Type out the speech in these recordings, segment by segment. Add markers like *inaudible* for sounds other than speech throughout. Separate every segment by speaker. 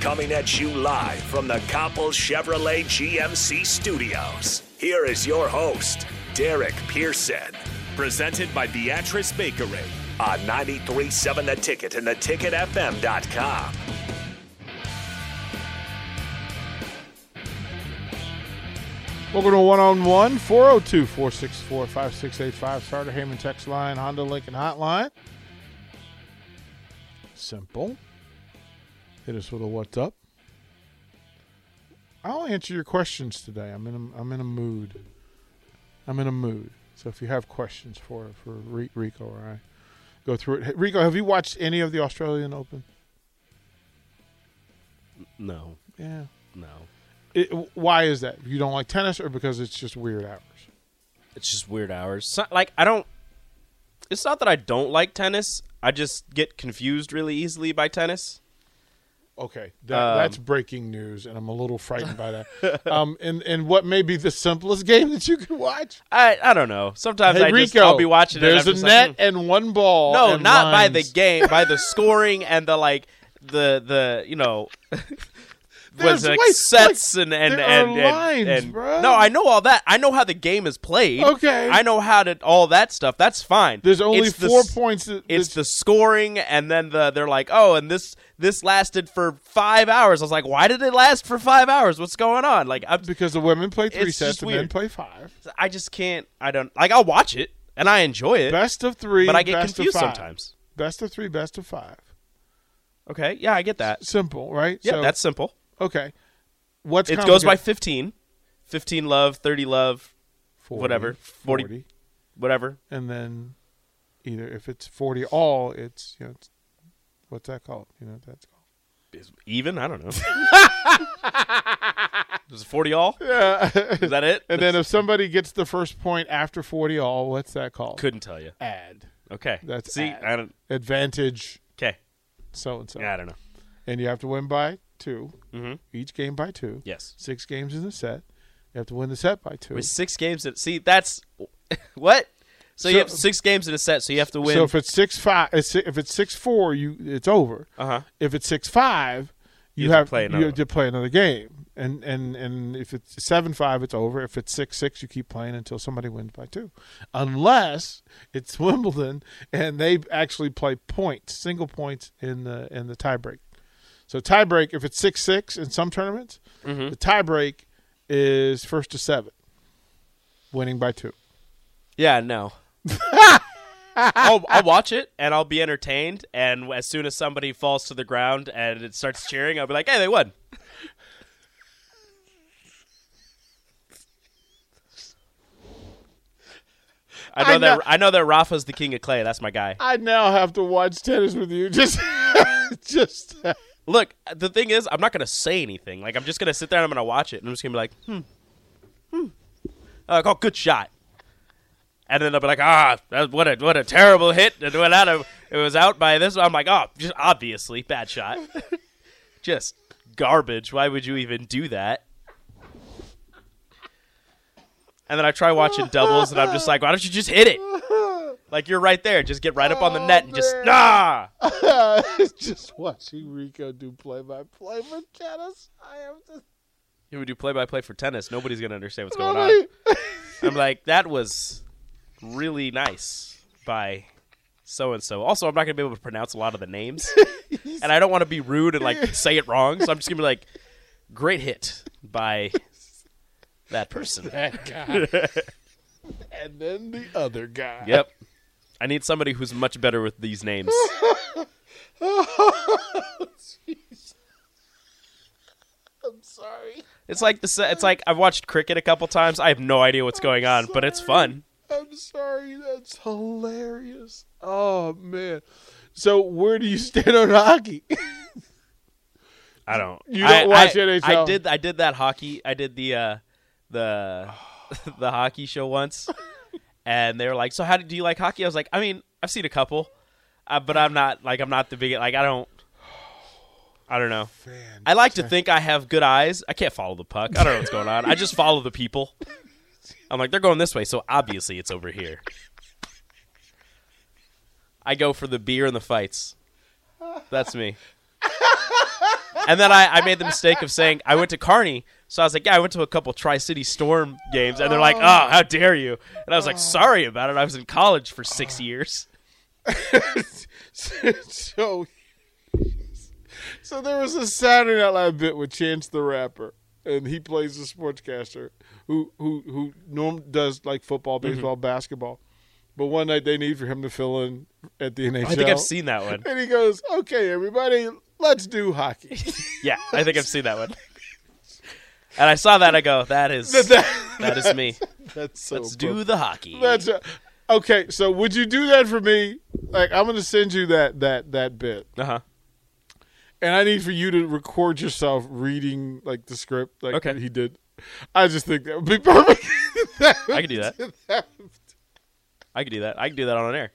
Speaker 1: Coming at you live from the Coppel Chevrolet GMC studios. Here is your host, Derek Pearson.
Speaker 2: Presented by Beatrice Bakery.
Speaker 1: On 93.7 The Ticket and theticketfm.com.
Speaker 3: Welcome to oh one on one 402 464 5685 Starter Heyman text line, Honda Lincoln hotline. Simple. Hit us with a what's up. I'll answer your questions today. I'm in a, I'm in a mood. I'm in a mood. So if you have questions for for Re- Rico or I, go through it. Hey, Rico, have you watched any of the Australian Open?
Speaker 4: No,
Speaker 3: Yeah.
Speaker 4: no.
Speaker 3: It, why is that? You don't like tennis, or because it's just weird hours?
Speaker 4: It's just weird hours. So- like I don't. It's not that I don't like tennis. I just get confused really easily by tennis.
Speaker 3: Okay, that, that's
Speaker 4: Um,
Speaker 3: breaking news, and I'm a little frightened by that. um, *laughs* and and what may be the simplest game that you could watch?
Speaker 4: I I don't know. Sometimes
Speaker 3: Hey,
Speaker 4: I
Speaker 3: Rico,
Speaker 4: just I'll be watching.
Speaker 3: There's
Speaker 4: it and
Speaker 3: a
Speaker 4: I'm just
Speaker 3: net
Speaker 4: Like,
Speaker 3: and one ball.
Speaker 4: "Hmm." no,
Speaker 3: and
Speaker 4: not by the
Speaker 3: lines.
Speaker 4: game,
Speaker 3: *laughs*
Speaker 4: by the scoring and the like the the you know.
Speaker 3: There's
Speaker 4: Was like
Speaker 3: ways-
Speaker 4: sets
Speaker 3: like,
Speaker 4: and and
Speaker 3: there
Speaker 4: and,
Speaker 3: are
Speaker 4: and,
Speaker 3: lines,
Speaker 4: and-
Speaker 3: bruh.
Speaker 4: no, I know all that. I know how the game is played.
Speaker 3: Okay.
Speaker 4: I know how to all that stuff. That's fine.
Speaker 3: There's only
Speaker 4: It's the
Speaker 3: four
Speaker 4: s-
Speaker 3: points. That,
Speaker 4: it's
Speaker 3: that-
Speaker 4: the scoring and then the they're like oh and this this lasted for five hours i was like why did it last for five hours what's going on like I'm,
Speaker 3: because the women play three
Speaker 4: It's
Speaker 3: sets,
Speaker 4: just
Speaker 3: the men
Speaker 4: weird.
Speaker 3: play five.
Speaker 4: i just can't i don't like i'll watch it and i enjoy it
Speaker 3: Best of three,
Speaker 4: but i get
Speaker 3: best of
Speaker 4: confused
Speaker 3: five.
Speaker 4: sometimes
Speaker 3: Best of three, best of five.
Speaker 4: okay yeah i get that
Speaker 3: Simple, right?
Speaker 4: yeah
Speaker 3: So-
Speaker 4: that's simple
Speaker 3: okay. What's
Speaker 4: it goes by
Speaker 3: complicated?
Speaker 4: 15 15 love 30 love
Speaker 3: 40,
Speaker 4: whatever, 40. whatever
Speaker 3: and then either if it's 40 all it's you know it's, what's that called you know what that's called
Speaker 4: Is even i
Speaker 3: *laughs*
Speaker 4: don't know is it 40 all yeah is that it
Speaker 3: and then if somebody gets the first point after 40 all what's that called
Speaker 4: couldn't tell you
Speaker 3: add
Speaker 4: okay
Speaker 3: That's
Speaker 4: see
Speaker 3: add.
Speaker 4: i don't
Speaker 3: advantage
Speaker 4: okay
Speaker 3: so and so
Speaker 4: i don't know
Speaker 3: and you have to win by 2 mm-hmm. each game by two
Speaker 4: yes
Speaker 3: six games in the set you have to win the set by two
Speaker 4: With six games in see that's *laughs* what?
Speaker 3: So-
Speaker 4: So, you have six games in a set, so you have to win.
Speaker 3: so if it's six five if it's six four you it's over
Speaker 4: uh-huh.
Speaker 3: if it's six five, you,
Speaker 4: You have to
Speaker 3: have,
Speaker 4: play
Speaker 3: you
Speaker 4: another
Speaker 3: have to play another game, and and and if it's seven five, it's over. If it's six six, you keep playing until somebody wins by two, unless it's *laughs* Wimbledon and they actually play points, single points in the in the tiebreak. So tiebreak, if it's six six in some tournaments,
Speaker 4: Mm-hmm.
Speaker 3: the tiebreak is first to seven, winning by two. *laughs*
Speaker 4: Yeah, no. I'll, I'll watch it and I'll be entertained. And as soon as somebody falls to the ground and it starts cheering, I'll be like, "Hey, they won!" I know
Speaker 3: I
Speaker 4: that
Speaker 3: know-
Speaker 4: I know that Rafa's the king of clay. That's my guy.
Speaker 3: I now have to watch tennis with you. *laughs* Just just. *laughs*
Speaker 4: Look, the thing is, I'm not gonna say anything. Like, I'm just gonna sit there and I'm gonna watch it, and I'm just gonna be like, hmm, hmm. I'm Like, oh, good shot. And then I'll be like, ah, that, what a what a terrible hit. It went out of it was out by this. I'm like, oh, just obviously bad shot, *laughs* just garbage. Why would you even do that? And then I try watching doubles, and I'm just like, why don't you just hit it? Like you're right there, just get right up on the net and just nah.
Speaker 3: It's just watching Rico do play by play for tennis. I am just
Speaker 4: He would do play by play for tennis. Nobody's gonna understand what's going *laughs* on. I'm like, that was really nice by so and so. Also, I'm not gonna be able to pronounce a lot of the names, and I don't want to be rude and like say it wrong. So I'm just gonna be like, great hit by that person.
Speaker 3: that guy. *laughs* and then the other guy.
Speaker 4: Yep. I need somebody who's much better with these names.
Speaker 3: I'm sorry.
Speaker 4: It's like the se- it's like I've watched cricket a couple times. I have no idea what's going on, but it's fun.
Speaker 3: I'm sorry, that's hilarious. Oh man. So where do you stand on hockey?
Speaker 4: I don't.
Speaker 3: You don't watch
Speaker 4: I,
Speaker 3: NHL.
Speaker 4: I did. I did that hockey. I did the uh, the *laughs* the hockey show once,
Speaker 3: *laughs*
Speaker 4: and they were like, "So how do, do you like hockey?" I was like, "I mean, I've seen a couple, uh, but I'm not like I'm not the big like I don't." I don't know. I like to think I have good eyes. I can't follow the puck. I don't know what's going on. I just follow the people. I'm like, they're going this way, so obviously it's over here. I go for the beer and the fights. That's me. And then I, I made the mistake of saying I went to Kearney, so I was like, yeah, I went to a couple Tri City Storm games, and they're like, oh, how dare you? And I was like, sorry about it. I was in college for six years.
Speaker 3: *laughs* so So there was a Saturday Night Live bit with Chance the Rapper, and he plays a sportscaster who who who norm does like football,
Speaker 4: Mm-hmm.
Speaker 3: baseball, basketball. But one night they need for him to fill in at the NHL.
Speaker 4: I think I've seen
Speaker 3: *laughs*
Speaker 4: that one.
Speaker 3: And he goes, "Okay, everybody, let's do
Speaker 4: *laughs*
Speaker 3: hockey." *laughs*
Speaker 4: Yeah, I think I've seen that one. And I saw that, I go, that is that is me.
Speaker 3: That's so
Speaker 4: Let's do the hockey.
Speaker 3: That's a, okay. So would you do that for me? Like I'm going to send you that that that bit,
Speaker 4: Uh huh.
Speaker 3: and I need for you to record yourself reading like the script, like
Speaker 4: Okay.
Speaker 3: he did. I just think that would be perfect. *laughs* That
Speaker 4: I
Speaker 3: would-
Speaker 4: could do that.
Speaker 3: that would-
Speaker 4: I could do that. I could do that on air.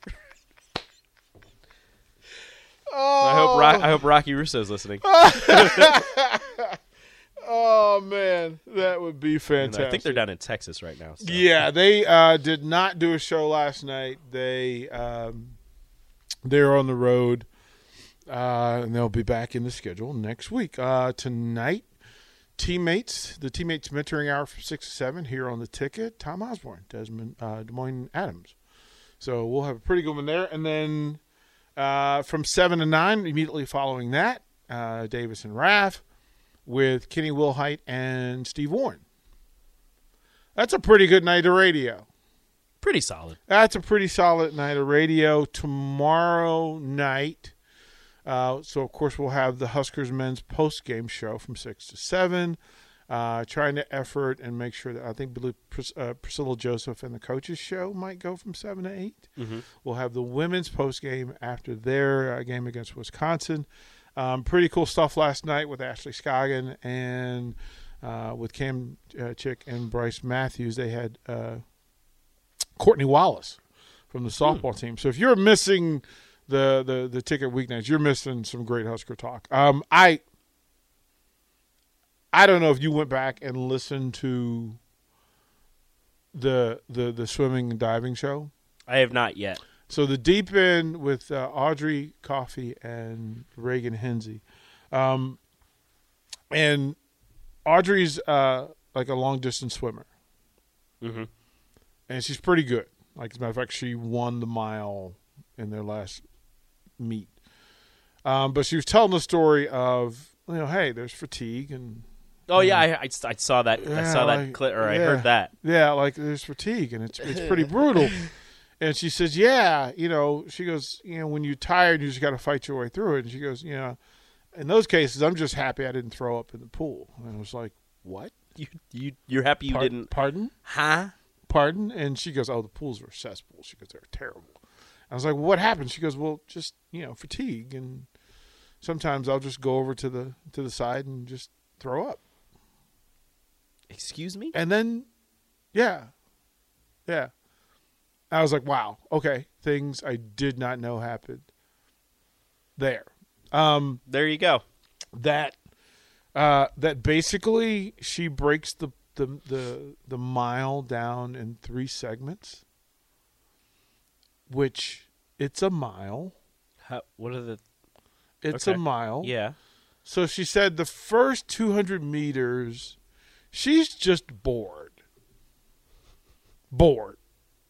Speaker 3: oh,
Speaker 4: I hope Ro- I hope Rocky Russo's listening. And
Speaker 3: oh man, that would be fantastic.
Speaker 4: I think they're down in Texas right now. so-
Speaker 3: Yeah, they uh, did not do a show last night. They um, they're on the road, uh, and they'll be back in the schedule next week. Uh, tonight, teammates, the teammates mentoring hour from six to seven here on the ticket. Tom Osborne, Desmond uh, Des Moines Adams. So we'll have a pretty good one there, and then uh, from seven to nine immediately following that, uh, Davis and Raff with Kenny Wilhite and Steve Warren. That's a pretty good night of radio.
Speaker 4: Pretty solid.
Speaker 3: That's a pretty solid night of radio. Tomorrow night, uh, so of course we'll have the Huskers men's post game show from six to seven. Uh, trying to effort and make sure that I think Belu- Pris- uh, Priscilla Joseph and the coaches show might go from seven to 8 we We'll have the women's post game after their uh, game against Wisconsin. Um, pretty cool stuff last night with Ashley Scoggin and uh, with Cam uh, Chick and Bryce Matthews. They had. Uh, Courtney Wallace from the softball team. So if you're missing the the the ticket weeknights, you're missing some great Husker talk. Um, I I don't know if you went back and listened to the the the swimming and diving show.
Speaker 4: I have not yet.
Speaker 3: So the deep end with uh, Audrey Coffey and Reagan Hensey, um, and Audrey's uh, like a long distance swimmer, mm-hmm. and she's pretty good. Like as a matter of fact, she won the mile in their last meet. Um, but she was telling the story of you know, hey, there's fatigue and
Speaker 4: Oh yeah, I, I, I saw that. I
Speaker 3: Mm. yeah,
Speaker 4: saw that
Speaker 3: like-
Speaker 4: clip, or I
Speaker 3: yeah.
Speaker 4: heard that.
Speaker 3: Yeah, like there's fatigue and it's it's pretty
Speaker 4: *laughs*
Speaker 3: brutal. And she says, "Yeah, you know." She goes, "You know, when you're tired, you just got to fight your way through it." And she goes, "You know, in those cases, I'm just happy I didn't throw up in the pool." And I was like, "What?
Speaker 4: You you you're happy you
Speaker 3: Par-
Speaker 4: didn't?
Speaker 3: Pardon?
Speaker 4: Huh?
Speaker 3: Pardon?" And she goes, "Oh, the pools were cesspools." She goes, "They're terrible." I was like, "What happened?" She goes, "Well, just you know, fatigue, and sometimes I'll just go over to the to the side and just throw up."
Speaker 4: Excuse me?
Speaker 3: And then, yeah, yeah. I was like, wow, okay, things I did not know happened there. Um,
Speaker 4: There you go.
Speaker 3: that uh, that basically she breaks the, the the the mile down in three segments, which it's a mile.
Speaker 4: How, what are the?
Speaker 3: It's a
Speaker 4: Okay.
Speaker 3: mile.
Speaker 4: Yeah.
Speaker 3: So she said the first 200 meters, she's just bored. Bored.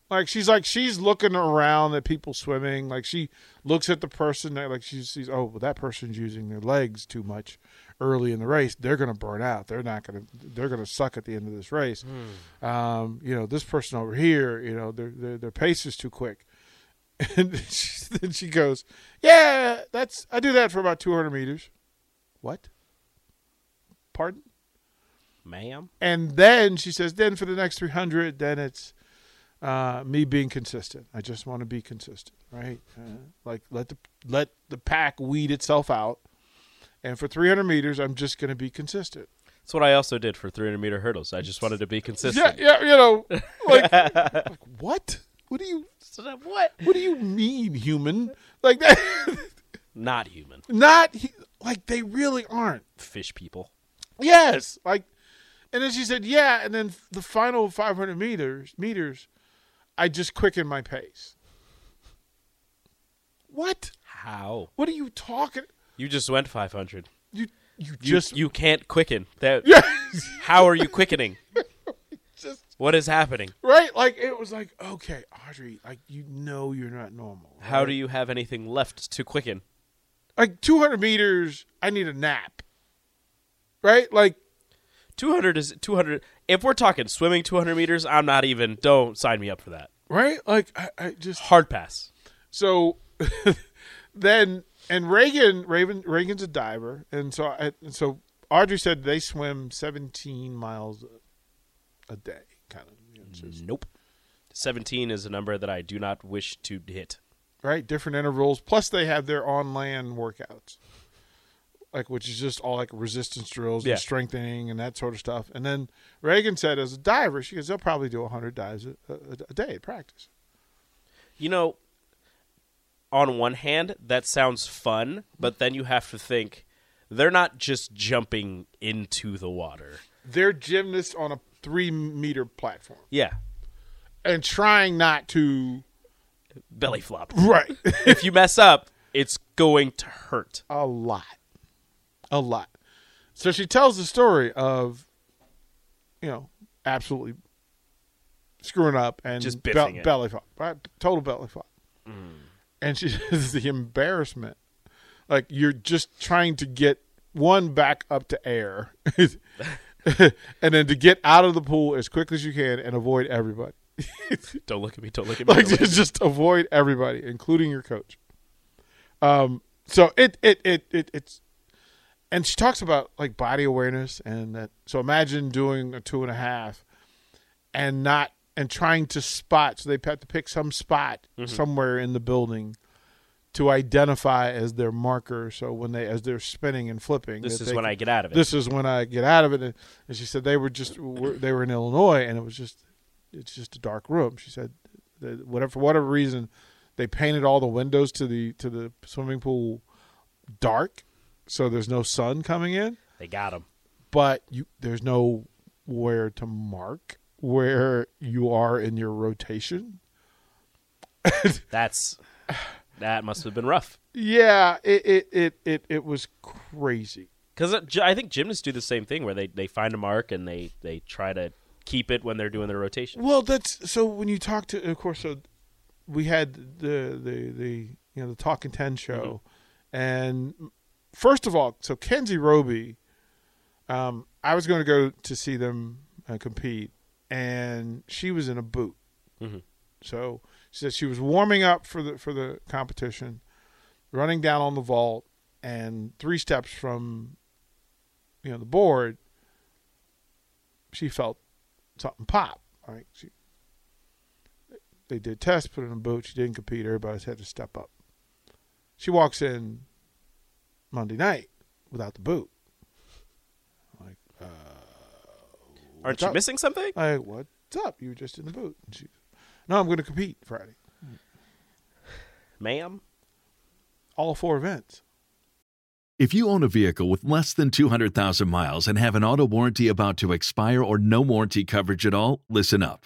Speaker 3: Like she's like she's looking around at people swimming. Like she looks at the person that like she sees. Oh, well, that person's using their legs too much early in the race. They're gonna burn out. They're not gonna. They're gonna suck at the end of this race. Um, you know, this person over here. You know, their their their pace is too quick. *laughs* And then she, then she goes, "Yeah, that's I do that for about 200 meters." What? Pardon?
Speaker 4: Ma'am.
Speaker 3: And then she says, then for the next 300, then it's uh, me being consistent. I just want to be consistent, right? Uh, like let the let the pack weed itself out, and for 300 meters, I'm just going to be consistent.
Speaker 4: That's what I also did for 300 meter hurdles. I just wanted to be
Speaker 3: Yeah,
Speaker 4: *laughs* consistent.
Speaker 3: yeah, you know, like, like what? What do you
Speaker 4: What?
Speaker 3: what do you mean, human? Like *laughs* that?
Speaker 4: Not human.
Speaker 3: Not hu- like they really aren't.
Speaker 4: Fish people.
Speaker 3: Yes, like, and then she said, "Yeah." And then the final 500 meters, meters, I just quickened my pace. What?
Speaker 4: How?
Speaker 3: What are you talking?
Speaker 4: You just went 500.
Speaker 3: You you
Speaker 4: You,
Speaker 3: just
Speaker 4: you can't quicken. That
Speaker 3: *laughs* yes,
Speaker 4: how are you quickening?
Speaker 3: *laughs* Just-
Speaker 4: what is happening?
Speaker 3: right? Like it was like okay, Audrey, like you know you're not normal.
Speaker 4: How
Speaker 3: right?
Speaker 4: do you have anything left to quicken?
Speaker 3: like 200 meters? I need a nap. Right? Like
Speaker 4: 200 is 200. If we're talking swimming 200 meters, I'm not even. Don't sign me up for that.
Speaker 3: right? Like I, I just
Speaker 4: Hard pass.
Speaker 3: so *laughs* then and Reagan Raven Reagan's a diver and so I, and so Audrey said they swim 17 miles a, a day kind of you know, it's just-
Speaker 4: Nope. 17 is a number that I do not wish to hit.
Speaker 3: right different intervals plus they have their on land workouts like which is just all like resistance drills
Speaker 4: Yeah.
Speaker 3: and strengthening and that sort of stuff and then Reagan said as a diver she goes they'll probably do 100 dives a, a, a day at practice
Speaker 4: You know, on one hand, that sounds fun, but then you have to think they're not just jumping into the water.
Speaker 3: they're gymnasts on a 3 meter platform
Speaker 4: Yeah.
Speaker 3: and trying not to
Speaker 4: Belly flop.
Speaker 3: *laughs* right
Speaker 4: if you mess up, it's going to hurt.
Speaker 3: a lot a lot so she tells the story of you know absolutely screwing up and
Speaker 4: Just
Speaker 3: bel-
Speaker 4: biffing it. Mm.
Speaker 3: belly flop right? total belly flop and she *laughs* says the embarrassment like you're just trying to get one back up to
Speaker 4: *laughs*
Speaker 3: air *laughs* and then to get out of the pool as quickly as you can and avoid everybody
Speaker 4: Don't look at me. Don't look at
Speaker 3: *laughs*
Speaker 4: me.
Speaker 3: like
Speaker 4: don't look at
Speaker 3: just, just avoid everybody, including your coach. Um, so it it it it it's, and she talks about like body awareness and that. So imagine doing a two and a half, and not and trying to spot. So they have to pick some spot
Speaker 4: Mm-hmm.
Speaker 3: somewhere in the building to identify as their marker. So when they as they're spinning and flipping,
Speaker 4: This
Speaker 3: that
Speaker 4: is
Speaker 3: they
Speaker 4: when
Speaker 3: can-
Speaker 4: I get out of it.
Speaker 3: This is when I get out of it. And, and she said they were just were, they were in Illinois, and it was just it's just a dark room. She said that whatever for whatever reason they painted all the windows to the to the swimming pool dark, so there's no sun coming in
Speaker 4: They got him.
Speaker 3: but you there's no where to mark where you are in your rotation.
Speaker 4: That's that must have been rough.
Speaker 3: Yeah, it it it it, it was crazy.
Speaker 4: Because uh, I think gymnasts do the same thing where they, they find a mark and they, they try to keep it when they're doing their rotation.
Speaker 3: Well, that's so when you talk to of course so we had the the the you know the Talking 10 show and first of all, so Kenzie Roby um I was going to go to see them uh, compete and she was in a boot. So she said she was warming up for the for the competition, running down on the vault, and three steps from, you know, the board. She felt something pop. Like she, they did tests, put her in a boot. She didn't compete. Everybody's had to step up. She walks in Monday night without the boot. Like,
Speaker 4: Aren't you
Speaker 3: up?
Speaker 4: missing something?
Speaker 3: like what's up? You were just in the boot. And she, no, I'm going to compete Friday.
Speaker 4: Ma'am?
Speaker 3: All four events.
Speaker 5: If you own a vehicle with less than 200,000 miles and have an auto warranty about to expire or no warranty coverage at all, listen up.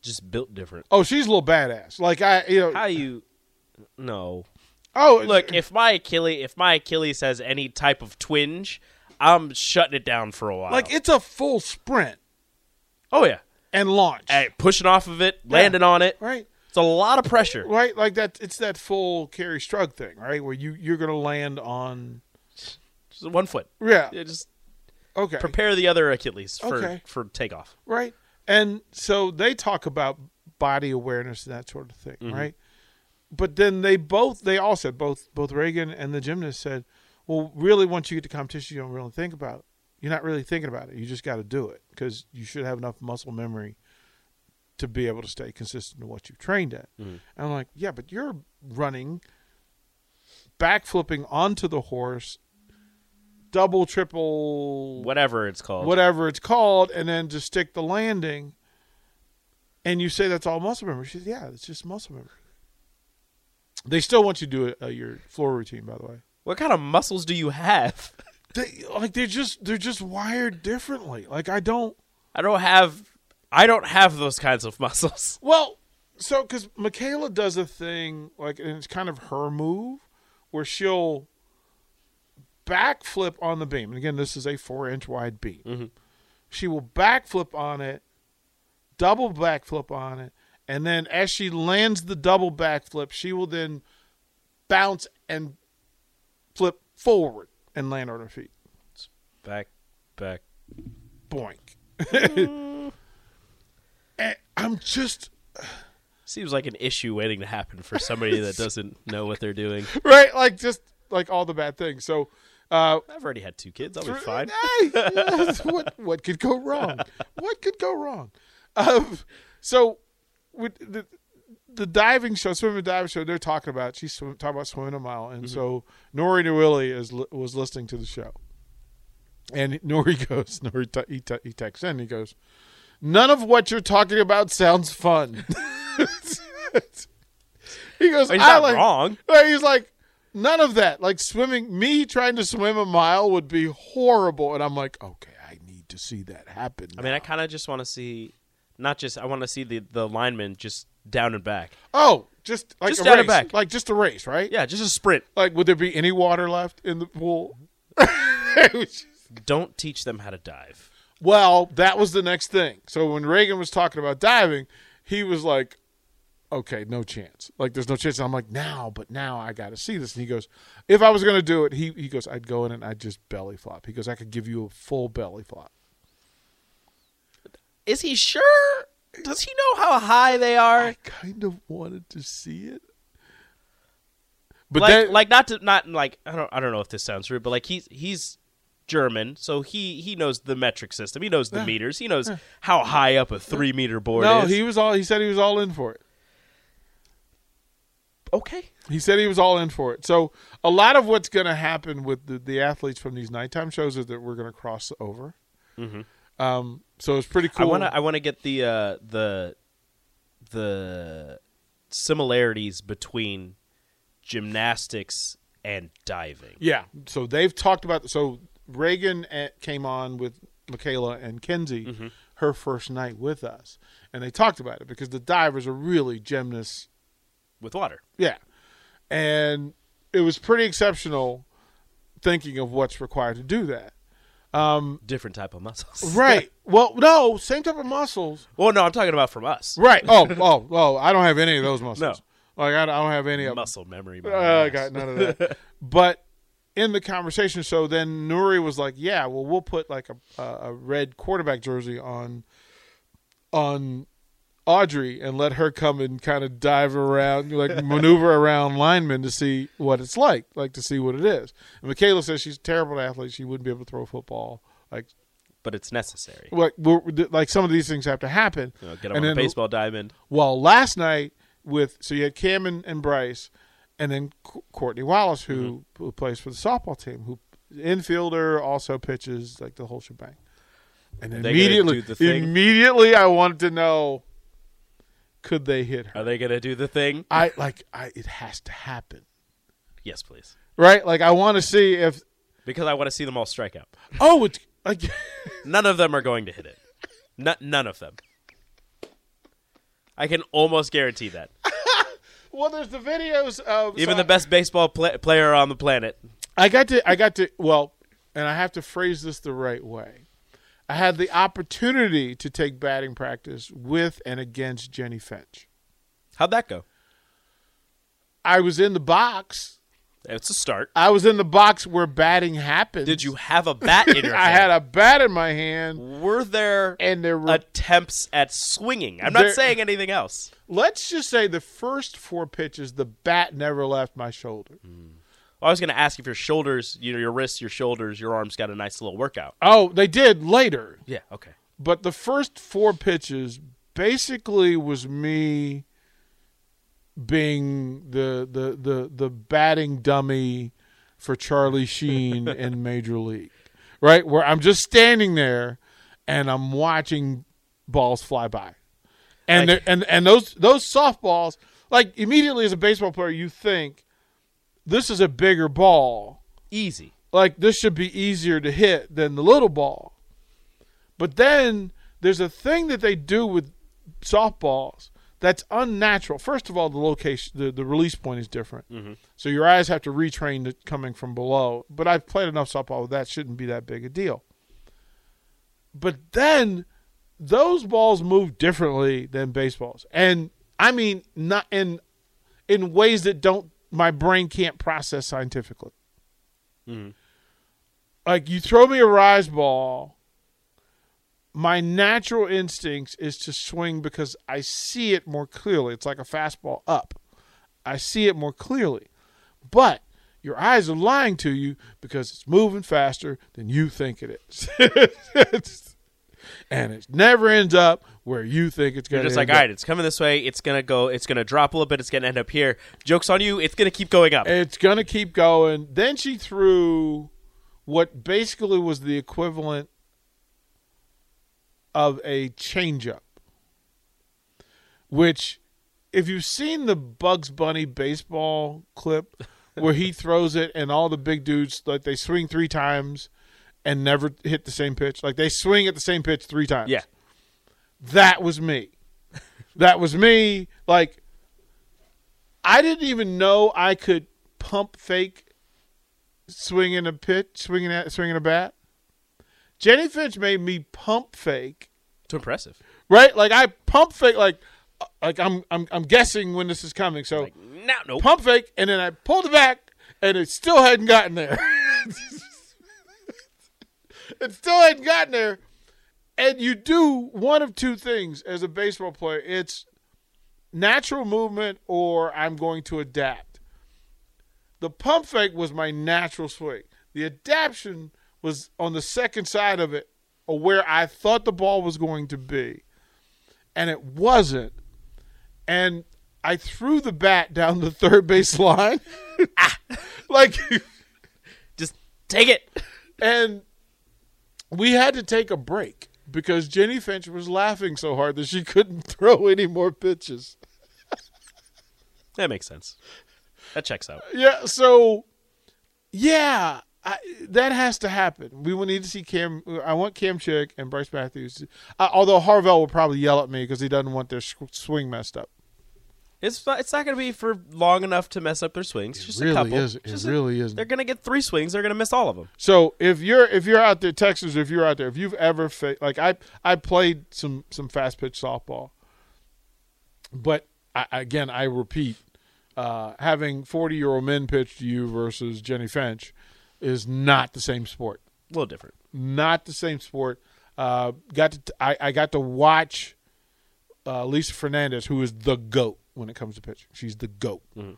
Speaker 4: Just built different.
Speaker 3: oh, she's a little badass. Like I, you know,
Speaker 4: How you. No.
Speaker 3: oh,
Speaker 4: Look, if my Achilles if my Achilles has any type of twinge, I'm shutting it down for a while.
Speaker 3: like it's a full sprint
Speaker 4: oh yeah,
Speaker 3: and launch,
Speaker 4: hey, pushing off of it, landing on it,
Speaker 3: right?
Speaker 4: It's a lot of pressure.
Speaker 3: right? Like that. It's that full carry strug thing, right? Where you you're gonna land on.
Speaker 4: Just one foot.
Speaker 3: Yeah.
Speaker 4: Yeah, just
Speaker 3: Okay.
Speaker 4: prepare the other Achilles for
Speaker 3: Okay.
Speaker 4: for takeoff.
Speaker 3: Right. And so they talk about body awareness and that sort of thing, right? But then they both they all said both both Reagan and the gymnast said, "Well, really, once you get to competition, you don't really think about it. You're not really thinking about it. You just got to do it because you should have enough muscle memory to be able to stay consistent to what you've trained at." And I'm like, "Yeah, but you're running, backflipping onto the horse, double, triple,
Speaker 4: Whatever it's called.
Speaker 3: whatever it's called, and then just stick the landing. And you say that's all muscle memory. She says, yeah, it's just muscle memory. They still want you to do a, your floor routine, by the way.
Speaker 4: What kind of muscles do you have?
Speaker 3: They, like they're just they're just wired differently. Like I don't.
Speaker 4: I don't have I don't have those kinds of *laughs* muscles.
Speaker 3: Well, so because Michaela does a thing like, and it's kind of her move, where she'll backflip on the beam. And again, this is a four-inch wide beam. She will backflip on it, double backflip on it, and then as she lands the double backflip, she will then bounce and flip forward and land on her feet.
Speaker 4: Back back.
Speaker 3: Boink. *laughs* And I'm just
Speaker 4: Seems like an issue waiting to happen for somebody that doesn't know what they're doing.
Speaker 3: right, like just like all the bad things. So. Uh,
Speaker 4: *laughs* I've already had two kids. I'll be
Speaker 3: Thr-
Speaker 4: fine.
Speaker 3: *laughs* Hey, yes, what what could go wrong? What could go wrong? Um, so with the the diving show, swimming and diving show, they're talking about she's swim, talking about swimming a mile,
Speaker 4: Mm-hmm.
Speaker 3: and so Nori Newilly is li- was listening to the show, and Nori *laughs* goes, Nori te- he, te- he texts in, he goes, none of what you're talking about sounds fun. *laughs* he goes,
Speaker 4: I mean, he's
Speaker 3: I
Speaker 4: not
Speaker 3: like,
Speaker 4: wrong.
Speaker 3: Right, he's like, none of that. Like swimming, me trying to swim a mile would be horrible. And I'm like, okay, I need to see that happen.
Speaker 4: I mean, I kind of just want to see, not just I want to see the the lineman just down and back.
Speaker 3: oh, just like
Speaker 4: Just
Speaker 3: a
Speaker 4: down and
Speaker 3: race,
Speaker 4: back.
Speaker 3: like just a race, right?
Speaker 4: Yeah, just a sprint.
Speaker 3: Like, would there be any water left in the pool? It was just-
Speaker 4: Don't teach them how to dive.
Speaker 3: Well, that was the next thing. So when Reagan was talking about diving, he was like, okay, no chance. Like, there's no chance. I'm like, now, but now I got to see this. And he goes, if I was going to do it, he, he goes, I'd go in and I'd just belly flop. He goes, I could give you a full belly flop.
Speaker 4: Is he sure? Does he know how high they are?
Speaker 3: I kind of wanted to see it. But
Speaker 4: like,
Speaker 3: then,
Speaker 4: like not to not like I don't I don't know if this sounds rude, but like he's he's German, so he he knows the metric system. He knows the meters. He knows how high up a three meter board
Speaker 3: no,
Speaker 4: is.
Speaker 3: he was all, he said he was all in for it.
Speaker 4: okay.
Speaker 3: He said he was all in for it. So a lot of what's going to happen with the, the athletes from these nighttime shows is that we're going to cross over. Um, so it's pretty cool.
Speaker 4: I want to I want to get the uh, the the similarities between gymnastics and diving.
Speaker 3: yeah. So they've talked about. So Reagan eh, came on with Michaela and Kenzie her first night with us, and they talked about it because the divers are really gymnasts
Speaker 4: with water.
Speaker 3: Yeah. And it was pretty exceptional thinking of what's required to do that.
Speaker 4: Different type of muscles.
Speaker 3: Right. well, no, same type of muscles.
Speaker 4: Well, no, I'm talking about from us.
Speaker 3: Right. Oh, oh, oh, I don't have any of those muscles. No. Like, I don't I don't have any of them.
Speaker 4: Muscle memory. my
Speaker 3: Uh, I
Speaker 4: ass.
Speaker 3: got none of
Speaker 4: *laughs*
Speaker 3: that. but in the conversation, so then Nuri was like, "Yeah, well, we'll put like a a a red quarterback jersey on on Audrey and let her come and kind of dive around,
Speaker 4: *laughs*
Speaker 3: like maneuver around linemen to see what it's like, like to see what it is." And Michaela says she's a terrible athlete; she wouldn't be able to throw a football. Like,
Speaker 4: But it's necessary.
Speaker 3: like, we're, like some of these things have to happen.
Speaker 4: You know, get them
Speaker 3: And
Speaker 4: on a
Speaker 3: then-
Speaker 4: baseball diamond.
Speaker 3: well, last night with so you had Cam and, and Bryce, and then C- Courtney Wallace, who,
Speaker 4: Mm-hmm.
Speaker 3: who plays for the softball team, who infielder also pitches like the whole shebang. And
Speaker 4: they gonna
Speaker 3: immediately,
Speaker 4: do the thing?
Speaker 3: immediately, I wanted to know: Could they hit her?
Speaker 4: Are they gonna do the thing?
Speaker 3: I like I. It has to happen,
Speaker 4: Yes, please.
Speaker 3: right? Like I want to see if
Speaker 4: Because I want to see them all strike out.
Speaker 3: oh, it's like *laughs*
Speaker 4: None of them are going to hit it. No, none of them. I can almost guarantee that.
Speaker 3: well, there's the videos of
Speaker 4: Even
Speaker 3: so
Speaker 4: the best baseball pla player on the planet.
Speaker 3: I got to I got to well, and I have to phrase this the right way. I had the opportunity to take batting practice with and against Jenny Finch.
Speaker 4: How'd that go?
Speaker 3: I was in the box.
Speaker 4: It's a start.
Speaker 3: I was in the box where batting happened.
Speaker 4: Did you have a bat in your
Speaker 3: *laughs* I
Speaker 4: hand?
Speaker 3: had a bat in my hand,
Speaker 4: Were there
Speaker 3: and there were.
Speaker 4: attempts at swinging? I'm not
Speaker 3: There-
Speaker 4: saying anything else.
Speaker 3: let's just say the first four pitches, the bat never left my shoulder.
Speaker 4: I was going to ask if your shoulders, you know, your wrists, your shoulders, your arms got a nice little workout.
Speaker 3: Oh, they did later,
Speaker 4: Yeah. Okay.
Speaker 3: but the first four pitches basically was me being the the the the batting dummy for Charlie Sheen in Major League, right? Where I'm just standing there and I'm watching balls fly by, and
Speaker 4: Like-
Speaker 3: there- and and those those softballs, like immediately as a baseball player, you think this is a bigger ball
Speaker 4: Easy.
Speaker 3: like this should be easier to hit than the little ball. But then there's a thing that they do with softballs that's unnatural. First of all, the location, the, the release point is different, so your eyes have to retrain to coming from below. But I've played enough softball that shouldn't be that big a deal. But then those balls move differently than baseballs, and I mean not in in ways that don't my brain can't process scientifically
Speaker 4: Mm-hmm.
Speaker 3: like you throw me a rise ball my natural instincts is to swing because i see it more clearly it's like a fastball up i see it more clearly but your eyes are lying to you because it's moving faster than you think it is *laughs* and it never ends up where you think it's
Speaker 4: You're
Speaker 3: going to
Speaker 4: just like, all right, it's coming this way. It's gonna go. It's gonna drop a little bit. It's gonna end up here. Jokes on you. It's gonna keep going up.
Speaker 3: It's going to keep going. Then she threw what basically was the equivalent of a changeup, which, if you've seen the Bugs Bunny baseball clip where
Speaker 4: *laughs*
Speaker 3: he throws it and all the big dudes, like they swing three times and never hit the same pitch, like they swing at the same pitch three times
Speaker 4: yeah.
Speaker 3: that was me. That was me. Like, I didn't even know I could pump fake swinging a pitch, swinging at, swinging a bat. Jenny Finch made me pump fake,
Speaker 4: It's impressive.
Speaker 3: right? Like I pump fake, like like I'm I'm I'm guessing when this is coming. So
Speaker 4: No, no.
Speaker 3: pump fake, and then I pulled it back, and it still hadn't gotten there. *laughs* it still hadn't gotten there. And you do one of two things as a baseball player it's natural movement, or I'm going to adapt. The pump fake was my natural swing, the adaption was on the second side of it, or where I thought the ball was going to be, and it wasn't and I threw the bat down the third base line. *laughs* like
Speaker 4: Just take it.
Speaker 3: and we had to take a break because Jenny Finch was laughing so hard that she couldn't *laughs* throw any more pitches.
Speaker 4: That makes sense. That checks out.
Speaker 3: Yeah, so yeah, I, that has to happen. We will need to see Cam. I want Cam Chick and Bryce Matthews. to- I, although Harvell will probably yell at me because he doesn't want their sh- swing messed up.
Speaker 4: It's not, it's not going to be for long enough to mess up their swings. just
Speaker 3: really
Speaker 4: a couple.
Speaker 3: isn't. It
Speaker 4: Just
Speaker 3: really isn't.
Speaker 4: They're going to get three swings. They're going to miss all of them.
Speaker 3: So if you're if you're out there, Texas, if you're out there, if you've ever fa- like I I played some some fast pitch softball, but I, again I repeat, uh, having forty year old men pitch to you versus Jenny Finch is not the same sport.
Speaker 4: A little different.
Speaker 3: Not the same sport. Uh, got to I, I got to watch uh, Lisa Fernandez, who is the goat when it comes to pitching. She's the goat.
Speaker 4: Mm-hmm.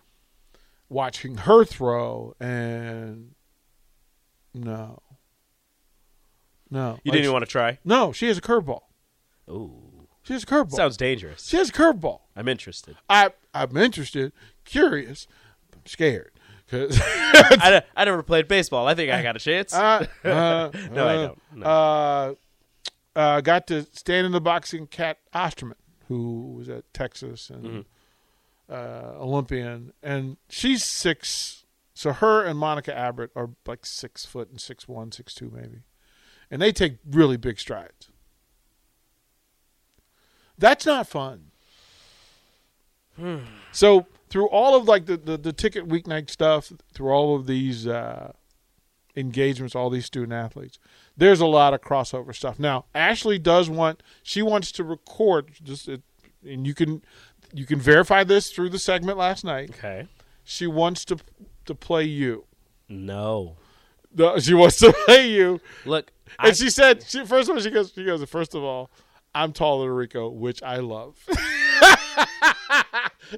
Speaker 3: Watching her throw and no, no,
Speaker 4: You
Speaker 3: Like,
Speaker 4: didn't even want to try?
Speaker 3: No, she has a curveball.
Speaker 4: Ooh.
Speaker 3: She has a curveball.
Speaker 4: Sounds dangerous.
Speaker 3: she has a curveball. *laughs*
Speaker 4: I'm interested.
Speaker 3: I I'm interested, curious, I'm scared. 'Cause- *laughs*
Speaker 4: I, ne- I never played baseball. I think I got a chance.
Speaker 3: Uh, uh,
Speaker 4: No, I
Speaker 3: uh,
Speaker 4: don't. No.
Speaker 3: Uh, uh, got to stand in the boxing Cat Osterman, who was at Texas and
Speaker 4: Mm-hmm.
Speaker 3: uh, Olympian, and she's six. So her and Monica Abbott are like six foot and six one, six two maybe, and they take really big strides. That's not fun. So through all of like the, the, the ticket weeknight stuff, through all of these uh, engagements, all these student athletes, there's a lot of crossover stuff. Now Ashley does want she wants to record just uh, and you can you can verify this through the segment last night.
Speaker 4: Okay.
Speaker 3: She wants to to play you.
Speaker 4: No.
Speaker 3: No, she wants to *laughs* play you. *laughs*
Speaker 4: Look,
Speaker 3: And
Speaker 4: I,
Speaker 3: she said, she, first of all, she goes, she goes, first of all, I'm taller than Rico, which I love.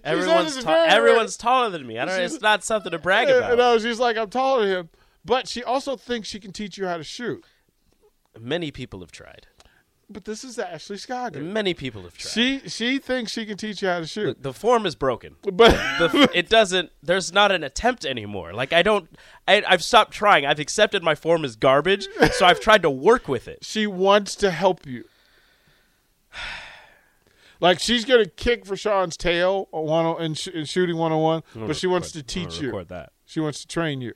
Speaker 4: everyone's
Speaker 3: she's
Speaker 4: ta-
Speaker 3: very-
Speaker 4: everyone's taller than me. I don't. It's not something to
Speaker 3: *laughs*
Speaker 4: brag about.
Speaker 3: no, she's like, I'm taller than him. But she also thinks she can teach you how to shoot.
Speaker 4: Many people have tried.
Speaker 3: But this is Ashley Scoggin.
Speaker 4: Many people have tried.
Speaker 3: She she thinks she can teach you how to shoot.
Speaker 4: the form is broken.
Speaker 3: But *laughs*
Speaker 4: the, it doesn't there's not an attempt anymore like i don't I, i've stopped trying i've accepted my form as garbage so i've tried to work with it
Speaker 3: she wants to help you. Like she's gonna kick for Sean's tail on one in, sh- in shooting 101, but she wants *laughs* to teach you.
Speaker 4: record that
Speaker 3: She wants to train you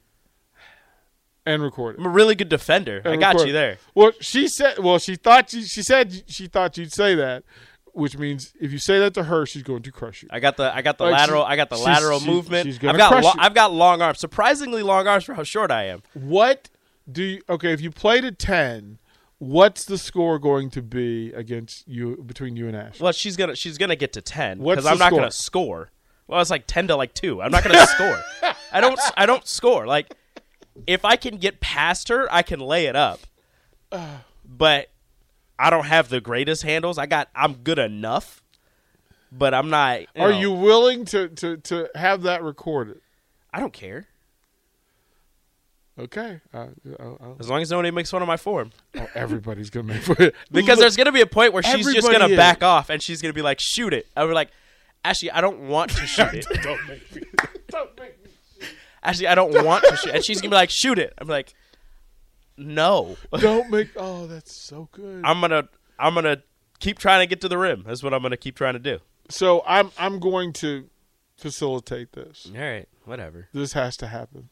Speaker 3: and record it.
Speaker 4: i'm a really good defender i
Speaker 3: and
Speaker 4: got
Speaker 3: record
Speaker 4: you
Speaker 3: it.
Speaker 4: there
Speaker 3: Well, she said. Well, she thought you, she said she thought you'd say that, which means if you say that to her, she's going to crush you.
Speaker 4: i got the i got the
Speaker 3: Like,
Speaker 4: lateral
Speaker 3: she-
Speaker 4: i got the
Speaker 3: she's-
Speaker 4: lateral
Speaker 3: she-
Speaker 4: movement
Speaker 3: she's gonna
Speaker 4: i've got
Speaker 3: crush
Speaker 4: lo-
Speaker 3: you.
Speaker 4: i've got long arms surprisingly long arms for how short i am
Speaker 3: What do you? Okay, if you played a ten, what's the score going to be against you between you and Ash?
Speaker 4: well she's gonna she's gonna get to 10
Speaker 3: What's
Speaker 4: because
Speaker 3: the
Speaker 4: i'm not
Speaker 3: score?
Speaker 4: gonna score well it's like 10 to like 2 i'm not gonna *laughs* score i don't i don't score like if i can get past her i can lay it up but i don't have the greatest handles i got i'm good enough but i'm not you
Speaker 3: Are
Speaker 4: know,
Speaker 3: you willing to, to to have that recorded?
Speaker 4: i don't care
Speaker 3: Okay, uh, oh, oh,
Speaker 4: as long as nobody makes fun of my form
Speaker 3: oh, everybody's gonna make
Speaker 4: *laughs*
Speaker 3: fun.
Speaker 4: because there's gonna be a point where she's just
Speaker 3: everybody
Speaker 4: gonna
Speaker 3: is.
Speaker 4: back off and she's gonna be like shoot it i was like actually i don't want to shoot it
Speaker 3: *laughs* don't make me. Don't make me.
Speaker 4: actually I don't want to shoot. And she's gonna be like, shoot it. I'm like, no.
Speaker 3: Don't make. Oh, that's so good.
Speaker 4: I'm gonna I'm gonna keep trying to get to the rim. That's what I'm gonna keep trying to do.
Speaker 3: so I'm I'm going to facilitate this.
Speaker 4: All right, whatever.
Speaker 3: This has to happen.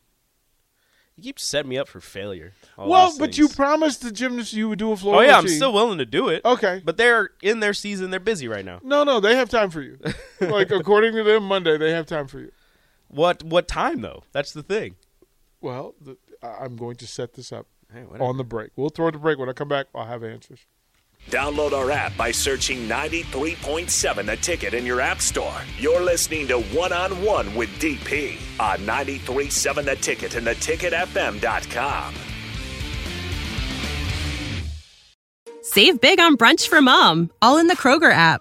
Speaker 4: You keep setting me up for failure. all
Speaker 3: Well,
Speaker 4: these
Speaker 3: but
Speaker 4: things.
Speaker 3: you promised the gymnast you would do a floor.
Speaker 4: Oh yeah, I'm
Speaker 3: routine.
Speaker 4: still willing to do it.
Speaker 3: Okay.
Speaker 4: but they're in their season. They're busy right now.
Speaker 3: No, no, they have time for
Speaker 4: *laughs*
Speaker 3: you. like according to them, Monday they have time for you.
Speaker 4: What what time though? That's the thing.
Speaker 3: Well, the, I- I'm going to set this up
Speaker 4: Hey, whatever.
Speaker 3: on the break. We'll throw it to break. When I come back, I'll have answers.
Speaker 1: Download our app by searching 93.7 The Ticket in your app store. You're listening to One on One with DP on 93.7 The Ticket and theticketfm.com.
Speaker 6: Save big on brunch for mom, all in the Kroger app.